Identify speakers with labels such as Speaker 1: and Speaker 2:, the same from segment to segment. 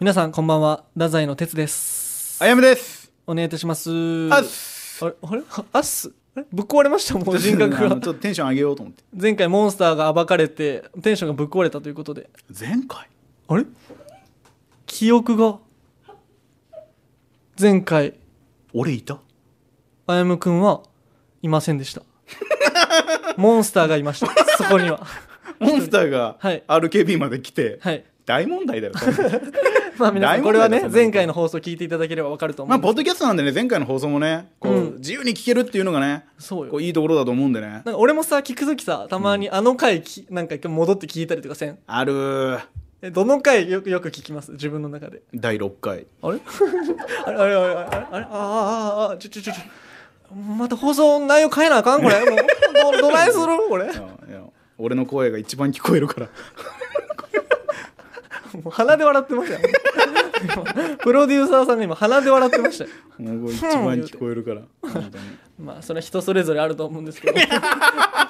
Speaker 1: 皆さんこんばんは太宰の哲です
Speaker 2: あやめです
Speaker 1: お願いいたします
Speaker 2: あっす
Speaker 1: あれあれあっすあれぶっ壊れましたもう人格
Speaker 2: あ
Speaker 1: が
Speaker 2: のちょっとテンション上げようと思って
Speaker 1: 前回モンスターが暴かれてテンションがぶっ壊れたということで
Speaker 2: 前回
Speaker 1: あれ記憶が前回
Speaker 2: 俺いた
Speaker 1: あやむくんはいませんで したモンスターがいましたそこに は
Speaker 2: モンスターが
Speaker 1: はい
Speaker 2: RKB まで来て、
Speaker 1: はい
Speaker 2: 大問題だよ多分
Speaker 1: まあ皆さん
Speaker 2: 大問題だ
Speaker 1: これはね
Speaker 2: そんなこと
Speaker 1: 前回の放送聞いていただければわかると思
Speaker 2: ま
Speaker 1: う
Speaker 2: あ
Speaker 1: んで
Speaker 2: ポッドキャストなんでね前回の放送もねこう、
Speaker 1: うん
Speaker 2: 自由に聞けるっていうのがね
Speaker 1: そうよ
Speaker 2: こういいところだと思うんでね
Speaker 1: なんか俺もさ聞くときさたまにあの回き、なんか戻って聞いたりとかせん
Speaker 2: あるー
Speaker 1: えどの回よくよく聞きます自分の中で
Speaker 2: 第6回
Speaker 1: あれ あれあれあれあれあれああああちょちょちょちょまた放送内容変えなあかん これもうどどないするこれ
Speaker 2: いやいや俺の声が一番聞こえ るから
Speaker 1: もう鼻で笑ってましたよ今プロデューサーさんが今鼻で笑ってましたよ
Speaker 2: もう一番聞こえるから本当に
Speaker 1: まあそれは人それぞれあると思うんですけど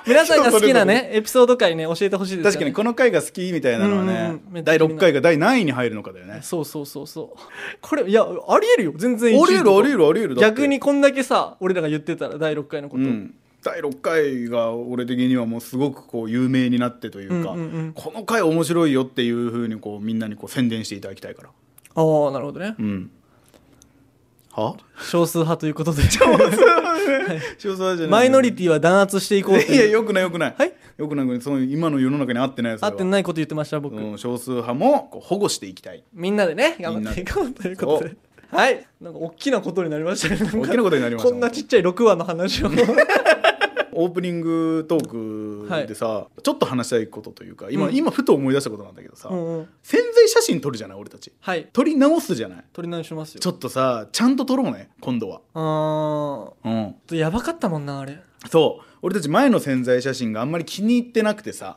Speaker 1: 皆さんが好きなねエピソード回ね教えてほしいですよね
Speaker 2: 確かにこの回が好きみたいなのはね
Speaker 1: うんうんうん
Speaker 2: 第6回が第何位に入るのかだよね
Speaker 1: そうそうそうそうこれいやありえるよ全然
Speaker 2: ありえるありえるありえるだって
Speaker 1: 逆にこんだけさ俺らが言ってたら第6回のこと、
Speaker 2: うん、第6回が俺的にはもうすごくこう有名になってというか、
Speaker 1: うんうんうん
Speaker 2: この回面白いよっていうふうにこうみんなにこう宣伝していただきたいから
Speaker 1: ああなるほどね
Speaker 2: うんは
Speaker 1: 少数派ということ で
Speaker 2: 塩沢じゃない
Speaker 1: マイノリティは弾圧していこうって
Speaker 2: いや
Speaker 1: いう
Speaker 2: よくないよくない、
Speaker 1: はい
Speaker 2: よくないよくないその今の世の中に合ってないやつ
Speaker 1: 合って
Speaker 2: い
Speaker 1: ないこと言ってました僕、
Speaker 2: 少数派もこう保護していきたい
Speaker 1: みんなでね頑張っていこうということではいなんか大きなことになりましたね
Speaker 2: 大きなことになりました
Speaker 1: こんなちっちゃい6話の話を
Speaker 2: オープニングトークでさ、ちょっと話したいことというか今,、
Speaker 1: うん
Speaker 2: 今ふと思い出したことなんだけどさ、
Speaker 1: うん、うん、
Speaker 2: 潜在写真撮るじゃない俺たち
Speaker 1: はい
Speaker 2: 撮り直すじゃない
Speaker 1: 取り直しますよ
Speaker 2: ちょっとさちゃんと撮ろうね今度は
Speaker 1: あー
Speaker 2: うん
Speaker 1: ちょっとやばかったもんなあれ
Speaker 2: そう俺たち前の宣材写真があんまり気に入ってなく てさ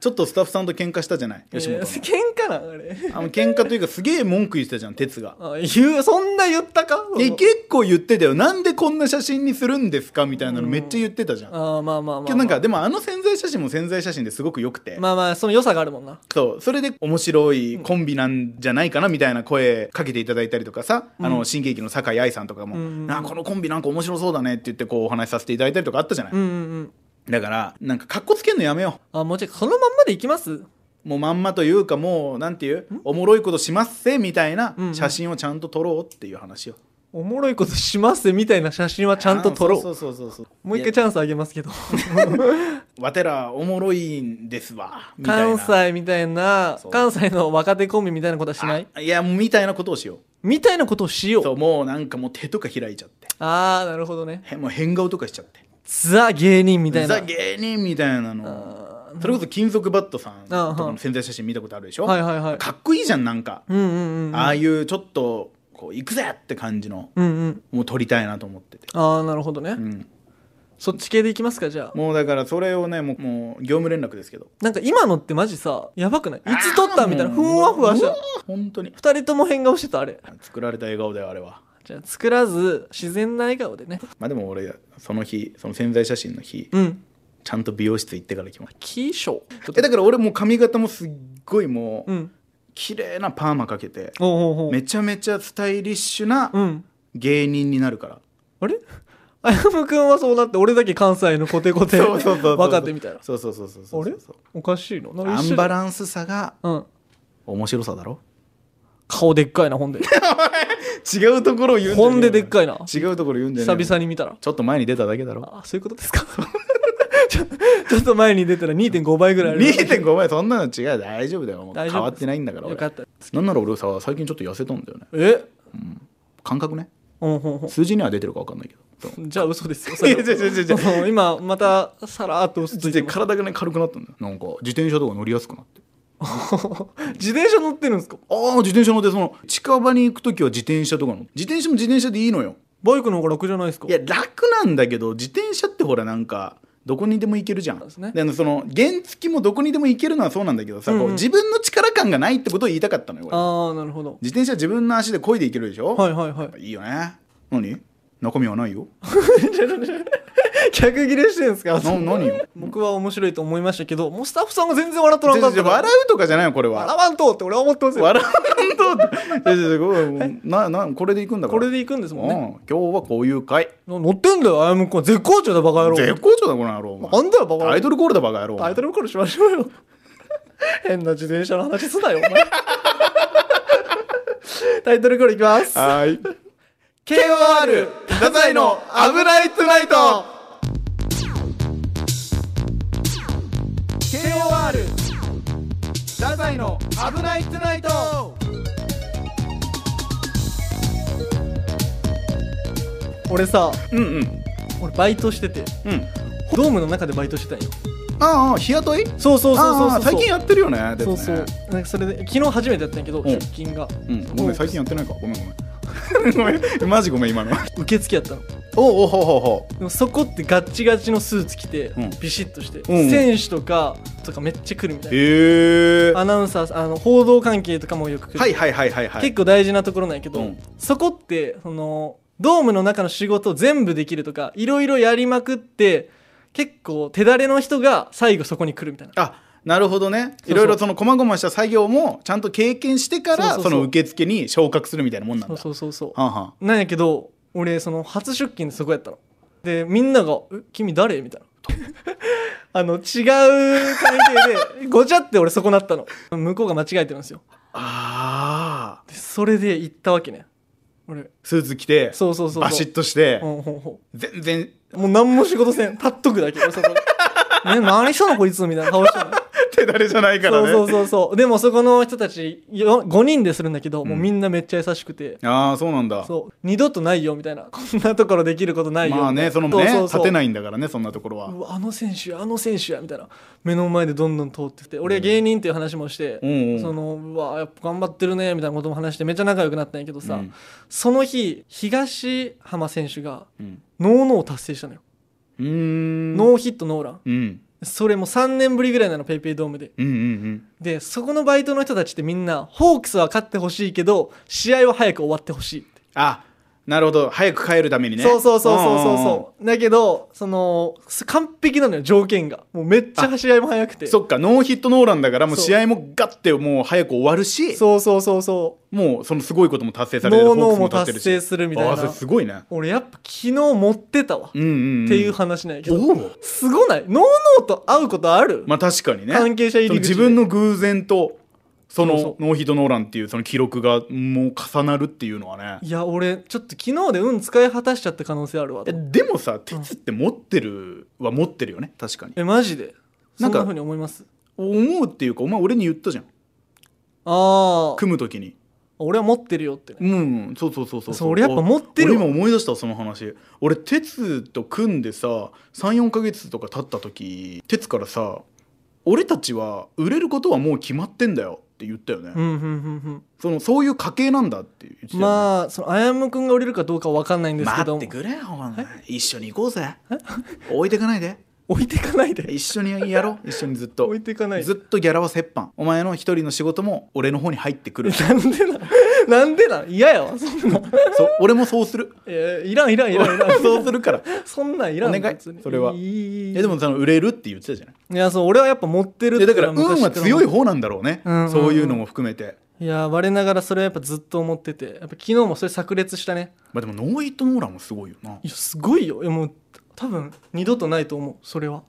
Speaker 2: ちょっとスタッフさんと喧嘩したじゃない吉本
Speaker 1: え
Speaker 2: の、
Speaker 1: ー喧嘩なあれ
Speaker 2: あの喧嘩というかすげえ文句言ってたじゃん哲が
Speaker 1: あ言うそんな言ったか
Speaker 2: で結構言ってたよなんでこんな写真にするんですかみたいなのめっちゃ言ってたじゃん、
Speaker 1: ああまあまあまあ、ま
Speaker 2: け
Speaker 1: あ、
Speaker 2: どなんかでもあの宣材写真も宣材写真ですごく良くて、
Speaker 1: まあまあその良さがあるもんな
Speaker 2: そうそれで面白いコンビなんじゃないかなみたいな声かけていただいたりとかさ、あの新喜劇の酒井愛さんとかも、
Speaker 1: うんうんうん
Speaker 2: なあこのコンビなんか面白そうだねって言ってこうお話しさせていただいたりとかあったじゃない、
Speaker 1: うんうんうん
Speaker 2: だからなんかかっこつけんのやめよう
Speaker 1: あもうちょいそのまんまでいきます
Speaker 2: もうまんまというかもうなんていうおもろいことしますせみたいな
Speaker 1: うんうん
Speaker 2: 写真をちゃんと撮ろうっていう話を、
Speaker 1: おもろいことしますねみたいな写真はちゃんと撮ろう
Speaker 2: そうそうそうそう
Speaker 1: もう一回チャンスあげますけど
Speaker 2: いやわてらおもろいんですわみたいな
Speaker 1: 関西みたいな
Speaker 2: そう
Speaker 1: 関西の若手コンビみたいなことはしない
Speaker 2: あいやもうみたいなことをしよ
Speaker 1: みたいなことをしよ
Speaker 2: う
Speaker 1: う
Speaker 2: そうもうなんかもう手とか開いちゃって
Speaker 1: ああなるほどね
Speaker 2: へもう変顔とかしちゃって
Speaker 1: ザ芸人みたいな
Speaker 2: ザ芸人みたいなのそれこそ金属バットさんとかの宣材写真見たことあるでしょ、
Speaker 1: はいはいはい
Speaker 2: かっこいいじゃんなんか、
Speaker 1: うんうんうん
Speaker 2: ああいうちょっとこう行くぜって感じの
Speaker 1: うんうん
Speaker 2: もう撮りたいなと思ってて、
Speaker 1: ああなるほどね、
Speaker 2: うん、
Speaker 1: そっち系でいきますかじゃあ
Speaker 2: もうだからそれをねもうもう業務連絡ですけど
Speaker 1: なんか今のってマジさやばくないいつ撮ったみたいなふんわふわし
Speaker 2: う
Speaker 1: た
Speaker 2: わ本当に
Speaker 1: 二人とも変顔してたあれ
Speaker 2: 作られた笑顔だよあれは
Speaker 1: じゃあ作らず自然な笑顔でね
Speaker 2: まあでも俺その日その宣材写真の日
Speaker 1: うん
Speaker 2: ちゃんと美容室行ってから来ました
Speaker 1: キーショ
Speaker 2: えだから俺もう髪型もすっごいもう、
Speaker 1: うん
Speaker 2: 綺麗なパーマかけて
Speaker 1: おうおうおう
Speaker 2: めちゃめちゃスタイリッシュな
Speaker 1: うん
Speaker 2: 芸人になるから、
Speaker 1: あれあやむくんはそうなって俺だけ関西のコテコテ
Speaker 2: そうそうそうそう
Speaker 1: 若手みたいな
Speaker 2: そうそうそうそうそう
Speaker 1: あれおかしいの
Speaker 2: アンバ
Speaker 1: ン
Speaker 2: ランスさが
Speaker 1: うん
Speaker 2: 面白さだろ
Speaker 1: 顔でっかいな ほんで
Speaker 2: 違うところを言うんじゃねえよ
Speaker 1: ほんででっかいな
Speaker 2: 違うところ言うんじゃね
Speaker 1: 久
Speaker 2: えよ
Speaker 1: 々に見たら
Speaker 2: ちょっと前に出ただけだろ
Speaker 1: あそういうことですか ちょちょっと前に出たら2.5倍ぐらいある
Speaker 2: 2.5倍そんなの違う大丈夫だよもう
Speaker 1: 大丈夫
Speaker 2: 変わってないんだから
Speaker 1: よ
Speaker 2: 俺
Speaker 1: かった
Speaker 2: なんなら俺さ最近ちょっと痩せたんだよね
Speaker 1: え
Speaker 2: 感覚ね
Speaker 1: うんほんほん
Speaker 2: 数字には出てるか分かんないけどそ う
Speaker 1: じゃあ嘘ですよ
Speaker 2: いや違う違う違う違う
Speaker 1: もう今またさらっと嘘ついてます
Speaker 2: 体がね軽くなったんだよなんか自転車とか乗りやすくなって
Speaker 1: 自転車乗ってるんですか
Speaker 2: ああ自転車乗ってその近場に行く時は自転車とか乗って自転車も自転車でいいのよ
Speaker 1: バイクの方が楽じゃないですか
Speaker 2: いや楽なんだけど自転車ってほらなんかどこにでも行けるじゃん
Speaker 1: うですね
Speaker 2: であのその原付もどこにでも行けるのはそうなんだけどさ、
Speaker 1: うんうん
Speaker 2: こう自分の力感がないってことを言いたかったのよ俺
Speaker 1: ああなるほど
Speaker 2: 自転車自分の足で漕いで行けるでしょ、
Speaker 1: はいはいはい
Speaker 2: い、いよね何中身はないよ
Speaker 1: 客切れしてんすか
Speaker 2: な何よ
Speaker 1: 僕は面白いと思いましたけどもうスタッフさんが全然笑っとらんかった
Speaker 2: 全然
Speaker 1: から
Speaker 2: 笑うとかじゃないよこれは
Speaker 1: 笑わんとって俺は思ってますよ
Speaker 2: 笑うと違う違う違うななこれでいくんだか
Speaker 1: こ
Speaker 2: ら
Speaker 1: れで行くんですもん
Speaker 2: う
Speaker 1: ね
Speaker 2: ん今日はこういう回
Speaker 1: 乗ってんだよあやむくんは絶好調だバカ野郎
Speaker 2: 絶好調だこの野郎お前
Speaker 1: なんだよバカ野郎
Speaker 2: アイドルコールだバカ野郎
Speaker 1: タイトルコールしましょうよ。変な自転車の話すなよ、お 前。タイトルコールいきます。
Speaker 2: はい
Speaker 1: KOR、太宰の危ないトゥナイト !KOR、太宰の危ないトゥナイト俺さ、
Speaker 2: うんうん
Speaker 1: 俺バイトしてて、
Speaker 2: うん
Speaker 1: ドームの中でバイトしてたんよ。
Speaker 2: ああ日雇い
Speaker 1: そうそうそうそう
Speaker 2: あ
Speaker 1: そ
Speaker 2: あ
Speaker 1: う。
Speaker 2: 最近やってるよねで
Speaker 1: そ
Speaker 2: も
Speaker 1: う
Speaker 2: ね
Speaker 1: そうなんかそれで昨日初めてやったんやけど
Speaker 2: ん
Speaker 1: 出勤が、
Speaker 2: うんごめん最近やってないかごめんごめん ごめんマジごめん 今の
Speaker 1: 受付やったの
Speaker 2: おおほうほうほ
Speaker 1: でもそこってガッチガチのスーツ着て、
Speaker 2: ん
Speaker 1: ビシッとして、
Speaker 2: うんうん
Speaker 1: 選手とかとかめっちゃ来るみたいな、
Speaker 2: へえ
Speaker 1: アナウンサーあの報道関係とかもよく来る、
Speaker 2: はいはいはいはいはい
Speaker 1: 結構大事なところなんやけど、
Speaker 2: うん
Speaker 1: そこってそのドームの中の仕事全部できるとかいろいろやりまくって結構手だれの人が最後そこに来るみたいな
Speaker 2: あなるほどね
Speaker 1: そう
Speaker 2: いろいろその細々した作業もちゃんと経験してか
Speaker 1: そうそ
Speaker 2: ら
Speaker 1: うそ
Speaker 2: そうの受付に昇格するみたいなもんなん
Speaker 1: そう
Speaker 2: だ
Speaker 1: そうそうそう
Speaker 2: はんはん
Speaker 1: なんやけど俺その初出勤でそこやったのでみんなが「え君誰?」みたいな あの違う関係でごちゃって俺そこなったの向こうが間違えてるんですよ
Speaker 2: ああ
Speaker 1: でそれで行ったわけね俺
Speaker 2: スーツ着て
Speaker 1: そうそうそうそう
Speaker 2: バシッとして
Speaker 1: うんほんほ
Speaker 2: 全然
Speaker 1: んもう何も仕事せん立っとくだけ俺そこ でね何したのこいつみたいな顔したの
Speaker 2: 手だれじゃないか
Speaker 1: そ
Speaker 2: ら
Speaker 1: う
Speaker 2: ね
Speaker 1: そうそうそうでもそこの人たち5人でするんだけど、もうみんなめっちゃ優しくて
Speaker 2: ああそうなんだ
Speaker 1: そう二度とないよみたいなこんなところできることないよ
Speaker 2: まあねそのね
Speaker 1: そうそうそう
Speaker 2: 立てないんだからねそんなところは
Speaker 1: うわあの選手あの選手やみたいな目の前でどんどん通ってきて俺は芸人っていう話もして、
Speaker 2: うんうん
Speaker 1: そのうわやっぱ頑張ってるねみたいなことも話してめっちゃ仲良くなったんやけどさ、
Speaker 2: うん
Speaker 1: その日東浜選手が
Speaker 2: うん
Speaker 1: ノーノー達成したのよ、
Speaker 2: うーん
Speaker 1: ノーヒットノーラン
Speaker 2: うん
Speaker 1: それも3年ぶりぐらいなのペイペイドームで
Speaker 2: うんうんうん
Speaker 1: でそこのバイトの人たちってみんなホークスは勝ってほしいけど試合は早く終わってほしいって、
Speaker 2: あなるほど早く帰るためにね
Speaker 1: そうそうそうそうそうん
Speaker 2: んん
Speaker 1: そうだけどその完璧なのよ条件がもうめっちゃ試合も早くて
Speaker 2: そっかノーヒットノーランだからもう
Speaker 1: そう
Speaker 2: 試合もガッてもう早く終わるし
Speaker 1: そうそうそうそう
Speaker 2: もうそのすごいことも達成される
Speaker 1: ノーノー
Speaker 2: ホクス立って
Speaker 1: も達成するみたいな
Speaker 2: あーそれすごいね
Speaker 1: 俺やっぱ昨日持ってたわ、
Speaker 2: うんうん、うん、
Speaker 1: っていう話なんやけど
Speaker 2: おお
Speaker 1: すごないノーノーと会うことある、
Speaker 2: まあ確かにね
Speaker 1: 関係者入り口
Speaker 2: その
Speaker 1: で
Speaker 2: 自分の偶然とその
Speaker 1: そうそう
Speaker 2: ノーヒットノーランっていうその記録がもう重なるっていうのはね
Speaker 1: いや俺ちょっと昨日で運使い果たしちゃった可能性あるわ
Speaker 2: えでもさ鉄って持ってるは持ってるよね確かに
Speaker 1: えマジでそ
Speaker 2: なんんか
Speaker 1: な風に思います
Speaker 2: 思うっていうかお前俺に言ったじゃん
Speaker 1: ああ
Speaker 2: 組む時に
Speaker 1: 俺は持ってるよってね
Speaker 2: うん、うんそうそうそうそう
Speaker 1: そう俺やっぱ持ってるわ
Speaker 2: 俺今思い出したその話俺鉄と組んでさ34ヶ月とか経った時鉄からさ「俺たちは売れることはもう決まってんだよ」って言ったよね、
Speaker 1: うんうんうん
Speaker 2: そのそういう家系なんだって言ってた
Speaker 1: う
Speaker 2: よ
Speaker 1: ん
Speaker 2: ね
Speaker 1: まあそのあやむくんが降りるかどうかは分かんないんですけ
Speaker 2: 待
Speaker 1: ど
Speaker 2: ってくれよお前一緒に行こうぜ置いてかないで
Speaker 1: 置いてかないで
Speaker 2: 一緒にやろ う一緒にずっと
Speaker 1: 置いてかないで
Speaker 2: ずっとギャラは折半お前の一人の仕事も俺の方に入っ てくるそ
Speaker 1: なんでななんでな嫌やわそんな
Speaker 2: 俺もそうする
Speaker 1: えいらんいらんいらんいらん
Speaker 2: そうするから
Speaker 1: そんなんいらん
Speaker 2: お願い
Speaker 1: 別に
Speaker 2: それはい
Speaker 1: いいい
Speaker 2: えでもその売れるって言ってたじゃない
Speaker 1: いやそう俺はやっぱ持ってるっ
Speaker 2: で
Speaker 1: て
Speaker 2: だから運は強い
Speaker 1: い
Speaker 2: 方なんだろうね、
Speaker 1: うんうんうん
Speaker 2: そういうのも含めて
Speaker 1: いや我ながらそれはやっぱずっと思っててやっぱ昨日もそれ炸裂したね
Speaker 2: まあでもノーヒットノーランもすごいよない
Speaker 1: やすごいよいやもう多分二度とないと思うそれは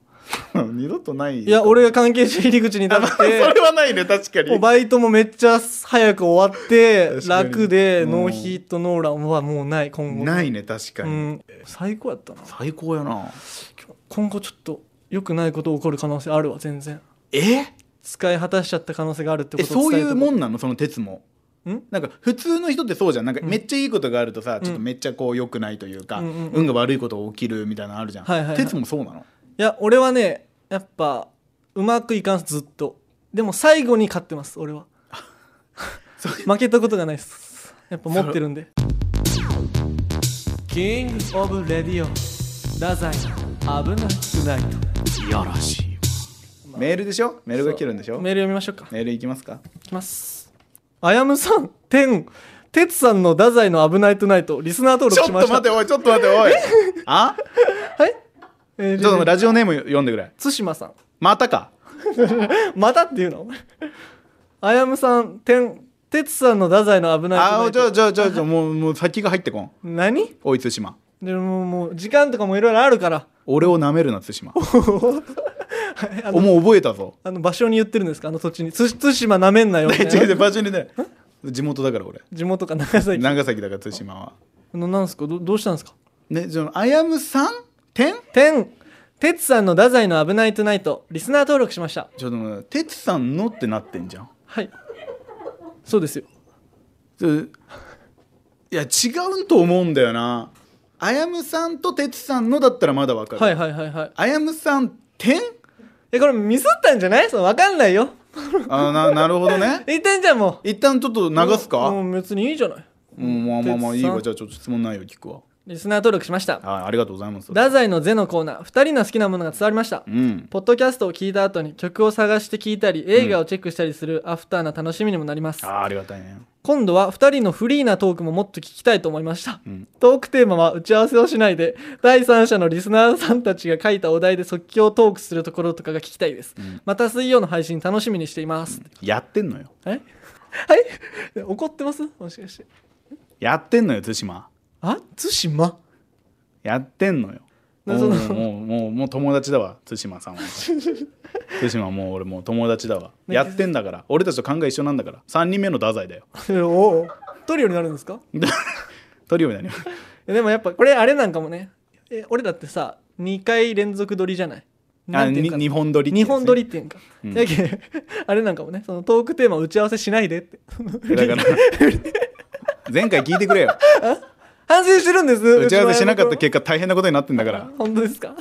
Speaker 2: 二度とない
Speaker 1: いや俺が関係者入り口に立
Speaker 2: あまあ
Speaker 1: っ
Speaker 2: それ
Speaker 1: て
Speaker 2: はないね確か
Speaker 1: もう
Speaker 2: に
Speaker 1: バイトもめっちゃ早く終わって
Speaker 2: 確かに
Speaker 1: 楽で
Speaker 2: うん
Speaker 1: ノーヒットノーランはもうない今後
Speaker 2: ないね確か
Speaker 1: う
Speaker 2: に、
Speaker 1: ん最高やったな
Speaker 2: 最高やな
Speaker 1: 今後ちょっと良くないこと起こる可能性あるわ全然
Speaker 2: え
Speaker 1: 使い果たしちゃった可能性があるってこ
Speaker 2: え
Speaker 1: と
Speaker 2: そういうも
Speaker 1: ん
Speaker 2: んなのその鉄も
Speaker 1: ん
Speaker 2: なんか普通の人ってそうじゃんなんかめっちゃいいことがあるとさ、ちょっとめっちゃこう良くないというか、
Speaker 1: うんうんうん
Speaker 2: 運が悪いこと起きるみたいなのあるじゃん、
Speaker 1: はいはいはい
Speaker 2: 鉄もそうなの
Speaker 1: いや俺はねやっぱうまくいかんすずっとでも最後に勝ってます俺は負けたことがないですやっぱ持ってるんでキングオブレディオ太宰の危なくない
Speaker 2: いやらしいわ、メールでしょメールが来てるんでしょメ
Speaker 1: メール読みましょうか
Speaker 2: ールいきますか
Speaker 1: いきますあやむさん天哲さんの太宰の危ないトゥナイトリスナー登
Speaker 2: ちょ
Speaker 1: 録
Speaker 2: っ
Speaker 1: し
Speaker 2: と
Speaker 1: ました
Speaker 2: 待っておいちょっと待っておいあ
Speaker 1: はいえー
Speaker 2: ちょっとラジオネーム読んでくれ
Speaker 1: 対馬さん
Speaker 2: またか
Speaker 1: またっていうのあやむさんてんてつさんの太宰の危ない
Speaker 2: あ
Speaker 1: トナ
Speaker 2: あ
Speaker 1: イ
Speaker 2: ちょ
Speaker 1: ト
Speaker 2: ちょちょちょもうもう先が入ってこん
Speaker 1: 何
Speaker 2: おい対馬
Speaker 1: でももう時間とかもいろいろあるから
Speaker 2: 俺をなめるな対馬
Speaker 1: あの
Speaker 2: おもう覚えたぞ
Speaker 1: あの場所に言ってるんですかあの土地につ対馬なめんなよみたい
Speaker 2: 違
Speaker 1: な
Speaker 2: う違う場所にね地元だから俺
Speaker 1: 地元か長崎
Speaker 2: 長崎だから対馬は
Speaker 1: あのなんすかどどうしたんですか
Speaker 2: ねそのあやむさん点
Speaker 1: てんてつさんの太宰の危ないトゥナイトリスナー登録しました
Speaker 2: ちょっと待って哲さんのってなってんじゃん
Speaker 1: はいそうですよ
Speaker 2: ちょいや違うと思うんだよなあやむさんと哲さんのだったらまだわかる、
Speaker 1: はいはいはいはい
Speaker 2: あやむさん点
Speaker 1: えこれミスったんじゃないその分かんないよ
Speaker 2: あななるほどね
Speaker 1: 言ってんじゃんもう
Speaker 2: 一旦ちょっと流すか、
Speaker 1: うん別にいいじゃない
Speaker 2: うん、まあまあまあいい
Speaker 1: 哲さ
Speaker 2: わ
Speaker 1: ん
Speaker 2: じゃあちょっと質問内容聞くわ
Speaker 1: リスナー登録しました
Speaker 2: はいありがとうございます
Speaker 1: 太宰の「ゼ」のコーナー2人の好きなものが伝わりました、
Speaker 2: うん
Speaker 1: ポッドキャストを聞いた後に曲を探して聞いたり映画をチェックしたりするアフターな楽しみにもなります、
Speaker 2: あーありがたいね
Speaker 1: 今度は2人のフリーなトークももっと聞きたいと思いました、
Speaker 2: うん
Speaker 1: トークテーマは打ち合わせをしないで第三者のリスナーさんたちが書いたお題で即興トークするところとかが聞きたいです、
Speaker 2: ん
Speaker 1: また水曜の配信楽しみにしています、
Speaker 2: やってんのよ
Speaker 1: えはい え怒ってますもしかして
Speaker 2: やってんのよ対馬
Speaker 1: あ対馬
Speaker 2: やってんのよ
Speaker 1: な
Speaker 2: もう
Speaker 1: その
Speaker 2: もうもうもう友達だわ対馬さんは 対馬もう俺もう友達だわ
Speaker 1: ね
Speaker 2: やってんだから俺たちと考え一緒なんだから3人目の太宰だよ
Speaker 1: おうトリオになるんですか
Speaker 2: トリオになります
Speaker 1: えでもやっぱこれあれなんかもねえ俺だってさ2回連続撮りじゃない
Speaker 2: あ
Speaker 1: なんていう
Speaker 2: に
Speaker 1: か
Speaker 2: 日本撮りって
Speaker 1: 日
Speaker 2: やつね
Speaker 1: 本撮りっていうんか、
Speaker 2: うん
Speaker 1: やけあれなんかもねそのトークテーマ打ち合わせしないでって
Speaker 2: だから前回聞いてくれよ
Speaker 1: 反省してるんです
Speaker 2: 打ち合わせしなかった
Speaker 1: け
Speaker 2: 結果大変なことになってんだから
Speaker 1: 本当ですか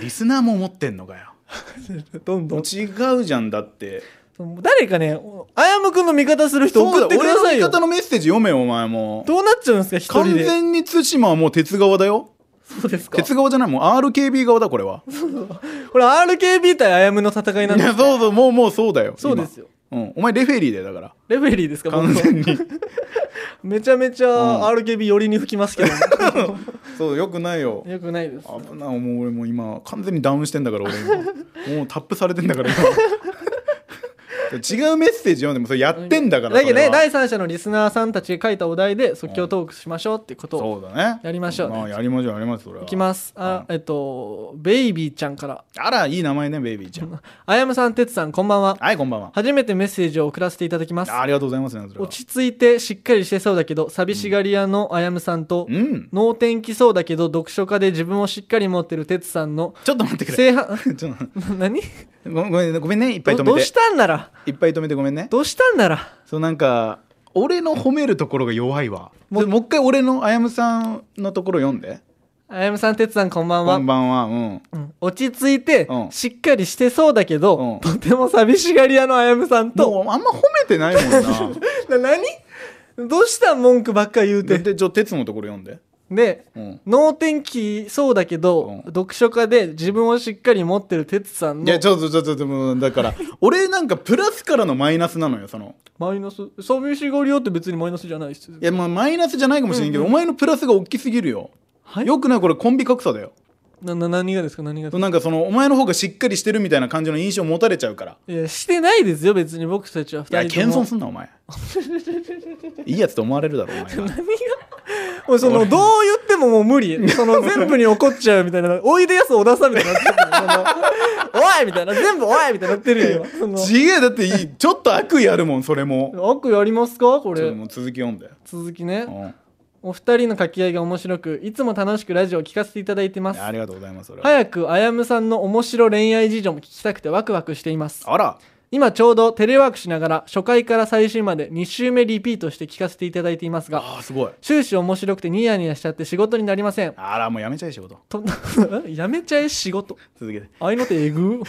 Speaker 2: リスナーも思ってんのかよ
Speaker 1: どんどん
Speaker 2: 違うじゃんだって
Speaker 1: その誰かねおあやむくんの味方する人
Speaker 2: そう
Speaker 1: 送
Speaker 2: だ
Speaker 1: ってく
Speaker 2: 俺
Speaker 1: だ
Speaker 2: の
Speaker 1: さい
Speaker 2: 味
Speaker 1: よ
Speaker 2: 方のメッセージ読めよお前も
Speaker 1: どうなっちゃうんですか一
Speaker 2: 完
Speaker 1: 人で
Speaker 2: 全に対馬はもう鉄側だよ
Speaker 1: そうですか
Speaker 2: 鉄側じゃないもう RKB 側だこれは
Speaker 1: これ RKB 対あやむの戦いなん
Speaker 2: い
Speaker 1: で
Speaker 2: や
Speaker 1: す
Speaker 2: そうそうもうもうそうだよ
Speaker 1: そうですよ
Speaker 2: 今うん、お前レフェリーだよだから
Speaker 1: レフェリーですか
Speaker 2: 完
Speaker 1: 僕
Speaker 2: 全に
Speaker 1: めちゃめちゃ RKB 寄りに吹きますけど、
Speaker 2: そうよくないよ
Speaker 1: よくないです
Speaker 2: 危ないもう俺もう今完全にダウンしてんだから俺 今もうタップされてんだから今違うメッセージ読んでもそれやってんだから
Speaker 1: だけど
Speaker 2: それ
Speaker 1: ね
Speaker 2: は
Speaker 1: 第三者のリスナーさんたちが書いたお題で即興トークしましょうってことを
Speaker 2: そうだね
Speaker 1: やりましょうね
Speaker 2: まあ、やりましょうやりましょうそれはい
Speaker 1: きますあ、えっとベイビーちゃんから
Speaker 2: あらいい名前ねベイビーちゃん
Speaker 1: あやむさんてつさんこんばんは
Speaker 2: はいこんばんは
Speaker 1: 初めてメッセージを送らせていただきます
Speaker 2: あありがとうございますねそれは
Speaker 1: 落ち着いてしっかりしてそうだけど寂しがり屋のあやむさんと、
Speaker 2: うん
Speaker 1: 能天気そうだけど読書家で自分をしっかり持ってるてつさんの
Speaker 2: ちょっと待ってくれ
Speaker 1: 正反
Speaker 2: ちょっと
Speaker 1: 何
Speaker 2: ごめんごめんねごめんねいっぱい止
Speaker 1: どどう
Speaker 2: め
Speaker 1: してたんなら
Speaker 2: いっぱい止めてごめんね
Speaker 1: どうしたんなら
Speaker 2: そうなんか俺の褒めるところが弱いわもうもう一回俺のあやむさんのところ読んで
Speaker 1: あやむさんてつさんこんばんは
Speaker 2: こんばんはうん
Speaker 1: うん落ち着いて
Speaker 2: うん
Speaker 1: しっかりしてそうだけど、
Speaker 2: うん
Speaker 1: とても寂しがり屋のあやむさんと
Speaker 2: もうあんま褒めてないもん な
Speaker 1: な何どうしたん文句ばっか言う
Speaker 2: で
Speaker 1: て
Speaker 2: でちょ鉄のところ読んで
Speaker 1: で
Speaker 2: うん
Speaker 1: 能天気そうだけど、
Speaker 2: うん
Speaker 1: 読書家で自分をしっかり持ってる哲さん
Speaker 2: いや
Speaker 1: の
Speaker 2: ちょっとちょっとちょっともうだから俺なんかプラスからのマイナスなのよその
Speaker 1: マイナス寂しがり屋って別にマイナスじゃないです
Speaker 2: いやまあマイナスじゃないかもしれんけど、お前のプラスが大きすぎるよ、
Speaker 1: はい
Speaker 2: よくないこれコンビ格差だよ
Speaker 1: なな何がですか何がですか
Speaker 2: なんかそのお前の方がしっかりしてるみたいな感じの印象を持たれちゃうから
Speaker 1: いやしてないですよ別に僕たちはい
Speaker 2: や
Speaker 1: 2人とも
Speaker 2: 謙遜すんなお前 いいやつと思われるだろお 前は
Speaker 1: 何がもうそのどう言ってももう無 理その全部に怒っちゃうみたいな「おいでやす小田さん」みたいになってるその「おい!」みたいな全部「おい!」みたいになってる よ今そ
Speaker 2: 違えだっていいちょっと悪意あるもんそれも
Speaker 1: の悪やりますかこ
Speaker 2: ちょっと
Speaker 1: れ
Speaker 2: もう続き読んで、
Speaker 1: 続きね
Speaker 2: うん、
Speaker 1: お二人の掛け合いが面白くいつも楽しくラジオを聞かせていただいてます
Speaker 2: ありがとうございますそれは、
Speaker 1: 早くあやむさんの面白恋愛事情も聞きたくてワクワクしています
Speaker 2: あら
Speaker 1: 今ちょうどテレワークしながら初回から最新まで2週目リピートして聞かせていただいていますが
Speaker 2: あーすごい
Speaker 1: 終始面白くてニヤニヤしちゃって仕事になりません
Speaker 2: あらもうやめちゃえ仕事
Speaker 1: と やめちゃえ仕事
Speaker 2: 続けて
Speaker 1: あいの手えぐ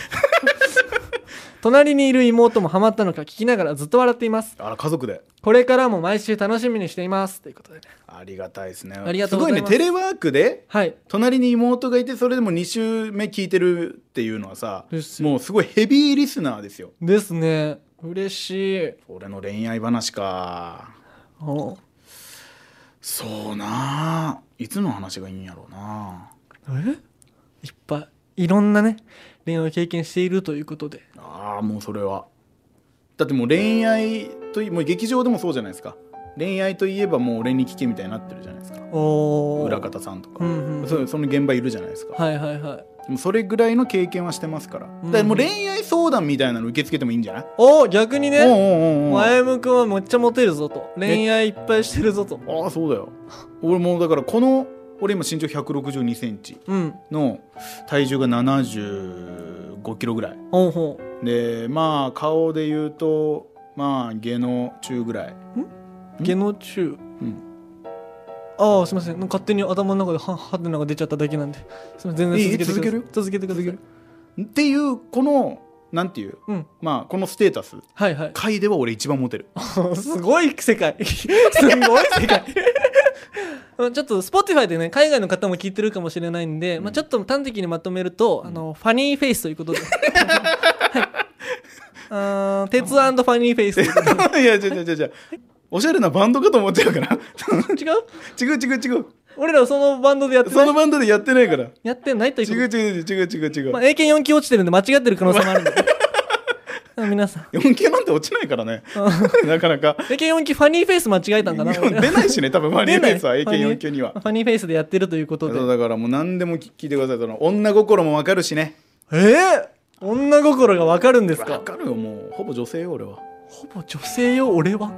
Speaker 1: 隣にいる妹もハマったのか聞きながらずっと笑っています
Speaker 2: あら家族で
Speaker 1: これからも毎週楽しみにしていますということでね
Speaker 2: ありがたいですね
Speaker 1: ありがとうございます
Speaker 2: ごいねテレワークで
Speaker 1: はい
Speaker 2: 隣に妹がいてそれでも2週目聞いてるっていうのはさ
Speaker 1: ですよ
Speaker 2: もうすごいヘビーリスナーですよ
Speaker 1: ですね嬉しい
Speaker 2: 俺の恋愛話か
Speaker 1: お
Speaker 2: そうなあいつの話がいいんやろうな
Speaker 1: えいっぱいいろんなね恋愛を経験しているということで
Speaker 2: ああもうそれはだってもう恋愛といもう劇場でもそうじゃないですか恋愛といえばもう俺に聞けみたいになってるじゃないですか
Speaker 1: おー
Speaker 2: 裏方さんとか、
Speaker 1: うんうん
Speaker 2: そその現場いるじゃないですか、
Speaker 1: はいはいはい
Speaker 2: でもそれぐらいの経験はしてますから
Speaker 1: うん
Speaker 2: だからもう恋愛相談みたいなの受け付けてもいいんじゃない、
Speaker 1: おー逆に
Speaker 2: おう
Speaker 1: ね
Speaker 2: おうおうおう
Speaker 1: 前向くんはめっちゃモテるぞと恋愛いっぱいしてるぞと
Speaker 2: ああそうだよ俺もうだからこの俺今身長1 6 2センチ
Speaker 1: うん
Speaker 2: の体重が7 5キロぐらい
Speaker 1: ほうほ
Speaker 2: でまあ顔で言うとまあ下の中ぐらいううん
Speaker 1: 下の中
Speaker 2: うん
Speaker 1: ああすいませんなんか勝手に頭の中でははてなが出ちゃっただけなんですいません全然続けてください
Speaker 2: いい
Speaker 1: 続けてください
Speaker 2: 続っていうこのなんていう
Speaker 1: うん
Speaker 2: まあこのステータス
Speaker 1: はいはい
Speaker 2: 界では俺一番モテる
Speaker 1: すごい世 界すごい世 界ちょっと Spotify でね海外の方も聞いてるかもしれないんで、まあ、ちょっと端的にまとめると、あのファニーフェイスという ことで、はい、あー鉄ファニーフェイスということ
Speaker 2: いや違う違う違う違うおしゃれなバンドかと思っちゃうから
Speaker 1: で違う
Speaker 2: 違う違う違う
Speaker 1: 俺らはそのバンドでやってな
Speaker 2: そ
Speaker 1: い
Speaker 2: のバンドでやってないから
Speaker 1: やってないという
Speaker 2: 違
Speaker 1: こ
Speaker 2: う
Speaker 1: と
Speaker 2: 違う違う違う違う違う、
Speaker 1: まあ、英検4級落ちてるんで間違ってる可能性もあるん であの皆さん
Speaker 2: 4級なんて落ちないからね なかなか
Speaker 1: 英検4級ファニーフェイス間違えたんかな俺
Speaker 2: 出ないしね多分マリーフェイスは
Speaker 1: 出ない
Speaker 2: AK4 級には
Speaker 1: ファニーフェイスでやってるということで
Speaker 2: そうだからもう何でも聞聞いてくださいその女心もわかるしね
Speaker 1: えー、女心がわかるんです
Speaker 2: わ
Speaker 1: か
Speaker 2: かるよもうほぼ女性よ俺は
Speaker 1: ほぼ女性よ俺は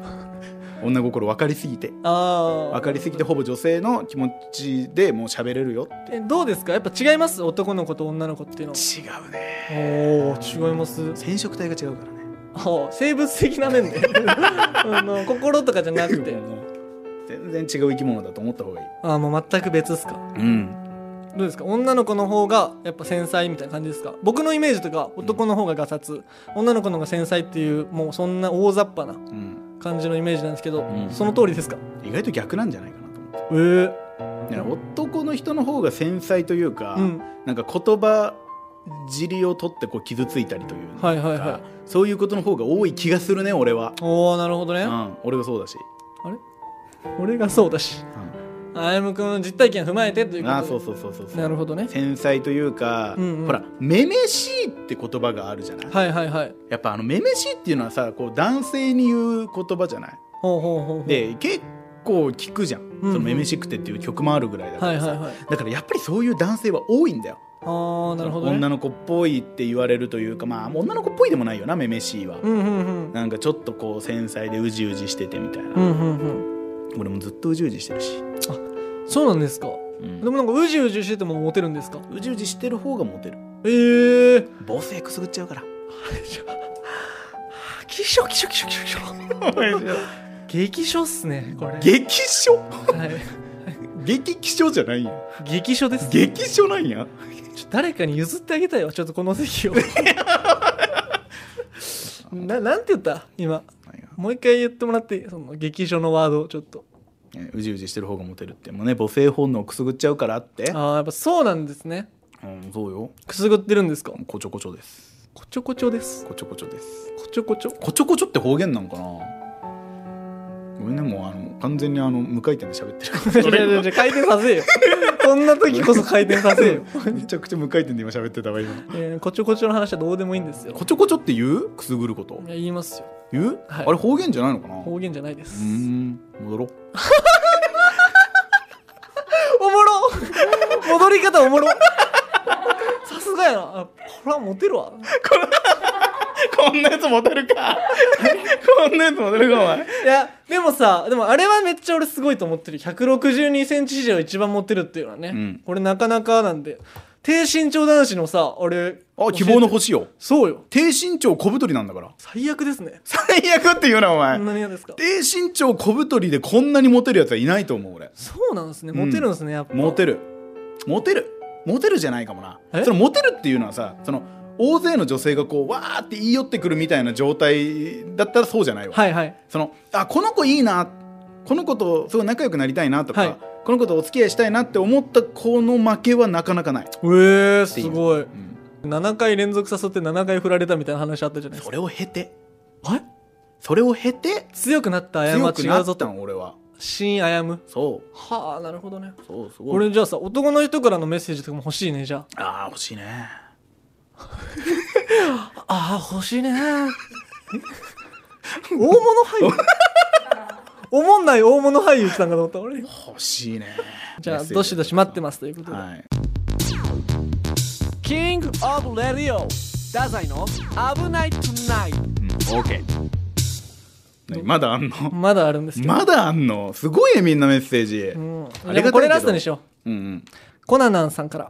Speaker 2: 女心分かりすぎて
Speaker 1: ああ
Speaker 2: 分かりすぎてほぼ女性の気持ちでもう喋れるよ
Speaker 1: えどうですかやっぱ違います男の子と女の子っていうの
Speaker 2: 違うね
Speaker 1: はおお違います
Speaker 2: 染色体が違うからね
Speaker 1: あー生物的な 面であの心とかじゃなくて
Speaker 2: もう全然違う生き物だと思った方がいい
Speaker 1: ああもう全く別っすか
Speaker 2: うん
Speaker 1: どうですか女の子の方がやっぱ繊細みたいな感じですか僕のイメージとか男の方がガサツ、女の子の方が繊細っていうもうそんな大雑把な
Speaker 2: うん
Speaker 1: 感じのイメージなんですけど、
Speaker 2: うん
Speaker 1: その通りですか
Speaker 2: 意外と逆なんじゃないかなと思って
Speaker 1: えー、
Speaker 2: だから男の人の方が繊細というか、
Speaker 1: うん
Speaker 2: なんか言葉尻を取ってこう傷ついたりというのか
Speaker 1: はいはいはい
Speaker 2: そういうことの方が多い気がするね俺は、
Speaker 1: おおなるほどね、
Speaker 2: うん、俺がそうだし、
Speaker 1: 俺がそうだしあやむくんの実体験を踏まえてということで
Speaker 2: ああそうそうそうそうそう
Speaker 1: なるほどね
Speaker 2: 繊細というか、
Speaker 1: うんうん
Speaker 2: ほら「めめしい」って言葉があるじゃない、
Speaker 1: はいはいはい
Speaker 2: やっぱあの「めめしい」っていうのはさこう男性に言う言葉じゃない
Speaker 1: ほうほうほうほう
Speaker 2: で結構聞くじゃん「
Speaker 1: うん
Speaker 2: そのめめしくて」っていう曲もあるぐらいだか
Speaker 1: はい
Speaker 2: らさ、
Speaker 1: はいはい
Speaker 2: だからやっぱりそういう男性は多いんだよ、
Speaker 1: ああなるほどね
Speaker 2: 女の子っぽいって言われるというかまあ女の子っぽいでもないよな「めめしいは」
Speaker 1: うんうんうん
Speaker 2: なんかちょっとこう繊細でうじうじしててみたいな、
Speaker 1: うんうん
Speaker 2: 俺もずっとうじうじしてるし、
Speaker 1: うんそうなんですか
Speaker 2: うん
Speaker 1: でもなんかうじうじしててもモテるんですか
Speaker 2: うじうじしてる方がモテる
Speaker 1: ええー、
Speaker 2: 母性くすぐっちゃうから
Speaker 1: 気象気象気象気象激書っすねこれ
Speaker 2: 激書
Speaker 1: はい、
Speaker 2: 激気象じゃないんや
Speaker 1: 激書ですちょ
Speaker 2: 激書なんや
Speaker 1: っと誰かに譲ってあげたいわちょっとこの席 をななんて言った今もう一回言ってもらっていいその激書のワードをちょっと
Speaker 2: ねうじうじしてる方がモテるってもうね母性本能くすぐっちゃうからって
Speaker 1: ああやっぱそうなんですね
Speaker 2: うんそうよ
Speaker 1: くすぐってるんですか
Speaker 2: こちょこちょです
Speaker 1: こちょこちょです
Speaker 2: こちょこちょです
Speaker 1: こちょこちょ
Speaker 2: こちょこちょって方言なんかなごめんねもうあの完全にあの無回転で喋ってるから
Speaker 1: いやいやいや回転させよこんな時こそ回転させ よ、
Speaker 2: めちゃくちゃ無回転で今喋ってたわ今
Speaker 1: えー、こちょこちょの話はどうでもいいんですよい
Speaker 2: こちょこちょって言うくすぐること
Speaker 1: や言いますよ
Speaker 2: 言う、
Speaker 1: はい
Speaker 2: あれ方言じゃないのかなう
Speaker 1: 方言じゃないです
Speaker 2: ーん戻ろう
Speaker 1: おもろ 戻り方おもろさすがやなあこれはモテるわ
Speaker 2: こんなやつモテるか こんなやつモテるかお前
Speaker 1: いやでもさでもあれはめっちゃ俺すごいと思ってる1 6 2ンチ以上一番モテるっていうのはね、
Speaker 2: うん
Speaker 1: これなかなかなんで低身長男子のさ俺
Speaker 2: あ希望
Speaker 1: 教えて
Speaker 2: の星よ
Speaker 1: そうよ
Speaker 2: 低身長小太りなんだから
Speaker 1: 最悪ですね
Speaker 2: 最悪って言うなお前
Speaker 1: 何がですか
Speaker 2: 低身長小太りでこんなにモテるやつはいないと思う俺
Speaker 1: そうなんですねモテるんですね、やっぱ
Speaker 2: モテるモテるモテるじゃないかもな
Speaker 1: え
Speaker 2: そのモテるっていうのはさその大勢の女性がこうわーって言い寄ってくるみたいな状態だったらそうじゃないわ、
Speaker 1: はいはい
Speaker 2: そのあこの子いいなこの子とすごい仲良くなりたいなとか、
Speaker 1: はい
Speaker 2: この子とお付き合いしたいなって思った子の負けはなかなかない、
Speaker 1: えー、すごい
Speaker 2: うん
Speaker 1: 7回連続誘って7回振られたみたいな話あったじゃないです
Speaker 2: そ
Speaker 1: か
Speaker 2: れを経て
Speaker 1: あれ
Speaker 2: それを経て
Speaker 1: 強くなった過
Speaker 2: 強
Speaker 1: ち
Speaker 2: く
Speaker 1: 違
Speaker 2: な
Speaker 1: うぞ
Speaker 2: った
Speaker 1: と
Speaker 2: ん俺は
Speaker 1: シーン歩む
Speaker 2: そ
Speaker 1: はあなるほどね
Speaker 2: うそうすごい
Speaker 1: 俺じゃあさ男の人からのメッセージとかも欲しいねじゃ
Speaker 2: ああ欲しいね
Speaker 1: あああ欲 しいね大物俳優 おもんない大物俳優来たんかと思った俺
Speaker 2: 欲しいね
Speaker 1: じゃ
Speaker 2: メ
Speaker 1: あ
Speaker 2: ッセージ
Speaker 1: どしどし待ってますということで、
Speaker 2: はい
Speaker 1: キングオブレディオダザイの危ないトゥナイト
Speaker 2: うん OK 何まだあんの
Speaker 1: まだあるんですけど、
Speaker 2: まだあんのすごいねみんなメッセージ、う、
Speaker 1: うんん、
Speaker 2: ありがたいけど
Speaker 1: でもこれラストにしよ
Speaker 2: うん
Speaker 1: うコナナンさんから、
Speaker 2: ん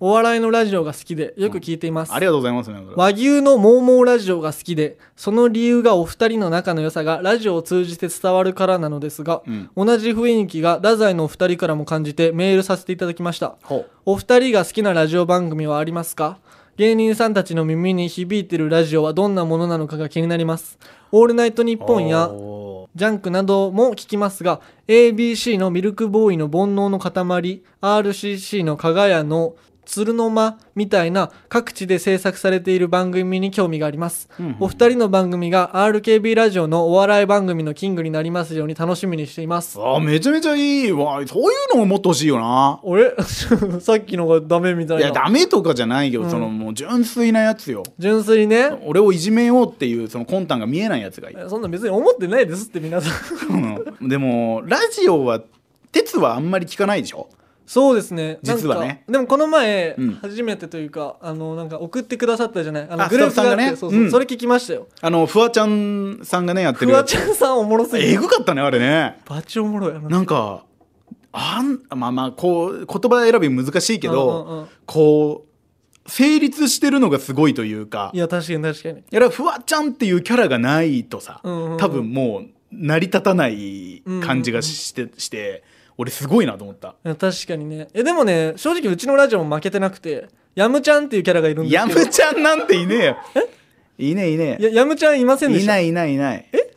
Speaker 1: お笑いのラジオが好きでよく聞いています、
Speaker 2: ありがとうございますねこれ
Speaker 1: 和牛のモーモーラジオが好きでその理由がお二人の仲の良さがラジオを通じて伝わるからなのですが、
Speaker 2: うん
Speaker 1: 同じ雰囲気が太宰のお二人からも感じてメールさせていただきました
Speaker 2: ほう
Speaker 1: お二人が好きなラジオ番組はありますか芸人さんたちの耳に響いてるラジオはどんなものなのかが気になります「オールナイトニッポン」や
Speaker 2: お
Speaker 1: ジャンクなども聞きますが ABC のミルクボーイの煩悩の塊 RCC の加賀屋の鶴の間みたいな各地で制作されている番組に興味があります、
Speaker 2: うんうん
Speaker 1: お二人の番組が RKB ラジオのお笑い番組のキングになりますように楽しみにしています
Speaker 2: ーあーめちゃめちゃいいわそういうのももっと欲しいよな
Speaker 1: 俺 さっきのがダメみたい
Speaker 2: い
Speaker 1: な
Speaker 2: やダメとかじゃないけど、
Speaker 1: うん
Speaker 2: そのもう純粋なやつよ
Speaker 1: 純粋にね
Speaker 2: 俺をいじめようっていうその魂胆が見えないやつがいい
Speaker 1: そんな別に思ってないですって皆さん
Speaker 2: うんでもラジオは鉄はあんまり聞かないでしょ
Speaker 1: そうですねなんか
Speaker 2: 実はね
Speaker 1: でもこの前、
Speaker 2: うん
Speaker 1: 初めてというかあのなんか送ってくださったじゃないあの
Speaker 2: あ
Speaker 1: グループがあっ
Speaker 2: スタ
Speaker 1: て
Speaker 2: ッフさ
Speaker 1: そ
Speaker 2: ん
Speaker 1: うそ
Speaker 2: がね
Speaker 1: う、
Speaker 2: うん
Speaker 1: それ聞きましたよ
Speaker 2: あのフワちゃんさんがねやって
Speaker 1: フ
Speaker 2: る
Speaker 1: ワちゃんさんおもろすぎ
Speaker 2: え
Speaker 1: る
Speaker 2: ぐかったねあれね
Speaker 1: バチおもろいあの
Speaker 2: なんかあんまあまあこう言葉選び難しいけど、
Speaker 1: うんうんうん
Speaker 2: こう成立してるのがすごいというか
Speaker 1: いや確かに確かに
Speaker 2: いやだからフワちゃんっていうキャラがないとさ、
Speaker 1: うんうんうん
Speaker 2: 多分もう成り立たない感じがして,、して俺すごいなと思った。
Speaker 1: いや確かにねえでもね正直うちのラジオも負けてなくてやむちゃんっていうキャラがいるんです
Speaker 2: や
Speaker 1: け
Speaker 2: むちゃんなんていねえよ。いねえいね
Speaker 1: どややむちゃんいませ
Speaker 2: え。
Speaker 1: んで
Speaker 2: い
Speaker 1: した
Speaker 2: ないいないいない。え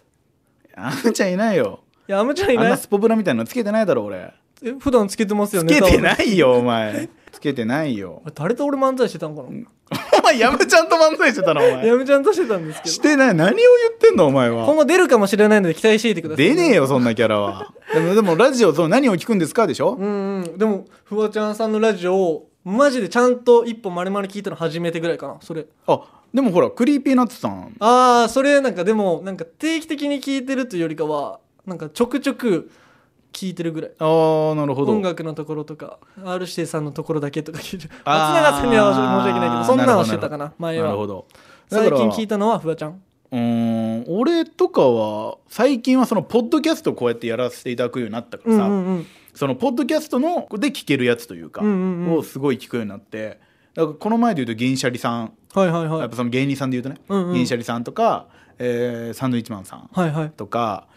Speaker 2: やむちゃんいないよ。
Speaker 1: やむちゃんい
Speaker 2: あん
Speaker 1: な
Speaker 2: ないスポブラみたいなのつけてないだろ俺。
Speaker 1: え普段つけてますよ
Speaker 2: つ
Speaker 1: ね
Speaker 2: けてないいよお前。つけてないよ。
Speaker 1: 誰と俺漫才してたんかな
Speaker 2: お前やむちゃんと漫才してたなお前。
Speaker 1: やむちゃんとしてたんですけ
Speaker 2: し
Speaker 1: ど
Speaker 2: てない何を言ってんのお前は
Speaker 1: 今。後出るかもしれないので期待していてください
Speaker 2: 出ねえよそんなキャラは。でもでもラジオその何を聞くんですかでしょ。
Speaker 1: うんうんでもフワちゃんさんのラジオをマジでちゃんと一本丸々聞いたの初めてぐらいかなそれ
Speaker 2: あでもほらクリーピーナッツさん
Speaker 1: ああそれなんかでもなんか定期的に聞いてるというよりかはなんかちょくちょく聞いてるぐらい
Speaker 2: あーなるほど
Speaker 1: 音楽のところとか R 指定さんのところだけとか聞いてる松
Speaker 2: あー
Speaker 1: 永さんには申し訳ないけどそんなのはしてたかな
Speaker 2: な
Speaker 1: 前
Speaker 2: るほ
Speaker 1: は
Speaker 2: どだ
Speaker 1: 最
Speaker 2: から
Speaker 1: 近聞いたのはフワちゃん
Speaker 2: うーん俺とかは最近はそのポッドキャストをこうやってやらせていただくようになったか
Speaker 1: う
Speaker 2: ら
Speaker 1: ん
Speaker 2: さ、
Speaker 1: うんうん
Speaker 2: そのポッドキャストので聞けるやつというか、
Speaker 1: うんうんうん
Speaker 2: をすごい聞くようになってだからこの前で言うと銀シャリさん、
Speaker 1: はいはいは
Speaker 2: や
Speaker 1: い
Speaker 2: っぱその芸人さんで言うとね、
Speaker 1: うんうん
Speaker 2: 銀シャリさんとか、えーサンドウィッチマンさん
Speaker 1: はいはい
Speaker 2: とか